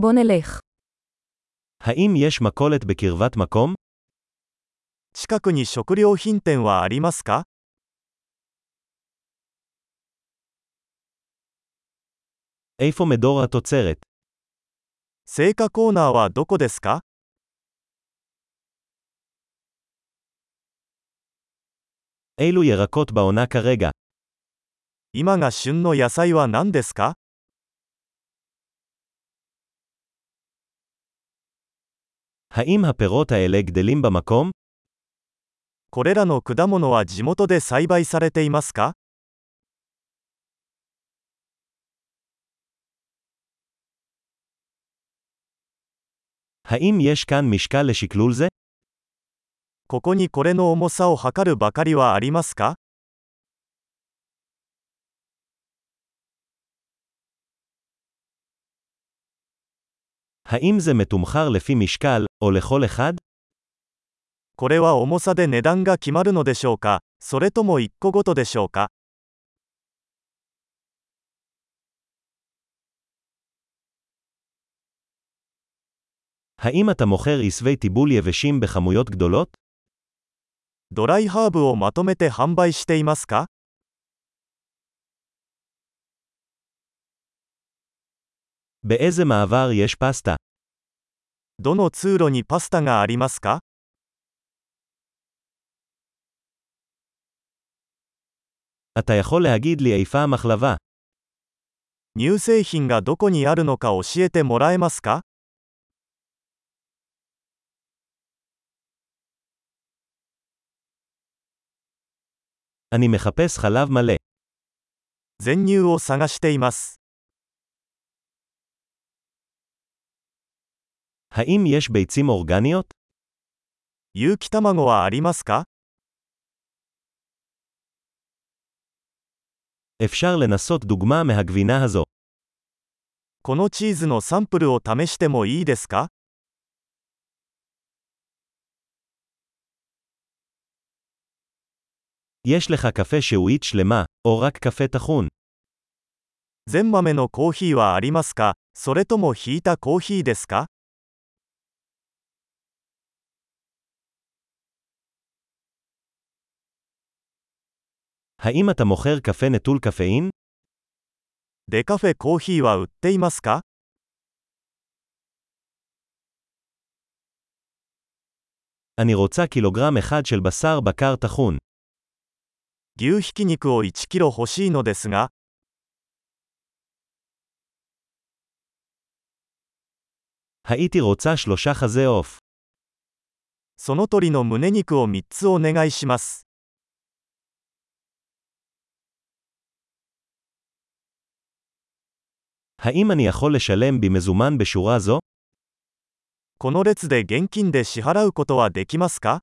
בוא נלך. האם יש מכולת בקרבת מקום? 近くに食料品店はありますか איפה מדור התוצרת? 青果コーナーはどこですか אילו ירקות בעונה כרגע? 今が旬の野菜は何ですか האם הפירות האלה גדלים במקום? これらの果物は地元で栽培されていますか האם יש כאן משקל לשקלול זה? ここにこれの重さを測るばかりはありますか האם זה מתומחר לפי משקל, או לכל אחד? これは重さで値段が決まるのでしょうかそれとも1個ごとでしょうか האם אתה מוכר עשבי טיבול יבשים בכמויות גדולות? ドライハーブをまとめて販売していますか באיזה מעבר יש פסטה? どの通路にパスタがありますか אתה יכול להגיד לי איפה המחלבה? 乳製品がどこにあるのか教えてもらえますか אני מחפש חלב מלא. 全乳を探しています。 האם יש ביצים אורגניות? 有機卵はありますか אפשר לנסות דוגמה מהגבינה הזו. このチーズのサンプルを試してもいいですか יש לך קפה שהועית שלמה, או רק קפה טחון. 全豆のコーヒーはありますかそれともひいたコーヒーですか האם אתה מוכר קפה נטול קפאין? デカフェコーヒーは売っていますか אני רוצה קילוגרם אחד של בשר בקר טחון. 牛ひき肉を1キロ欲しいのですが、 הייתי רוצה שלושה חזה עוף. その鳥の胸肉を3つお願いします。 האם אני יכול לשלם במזומן בשורה זו? この列で現金で支払うことはできますか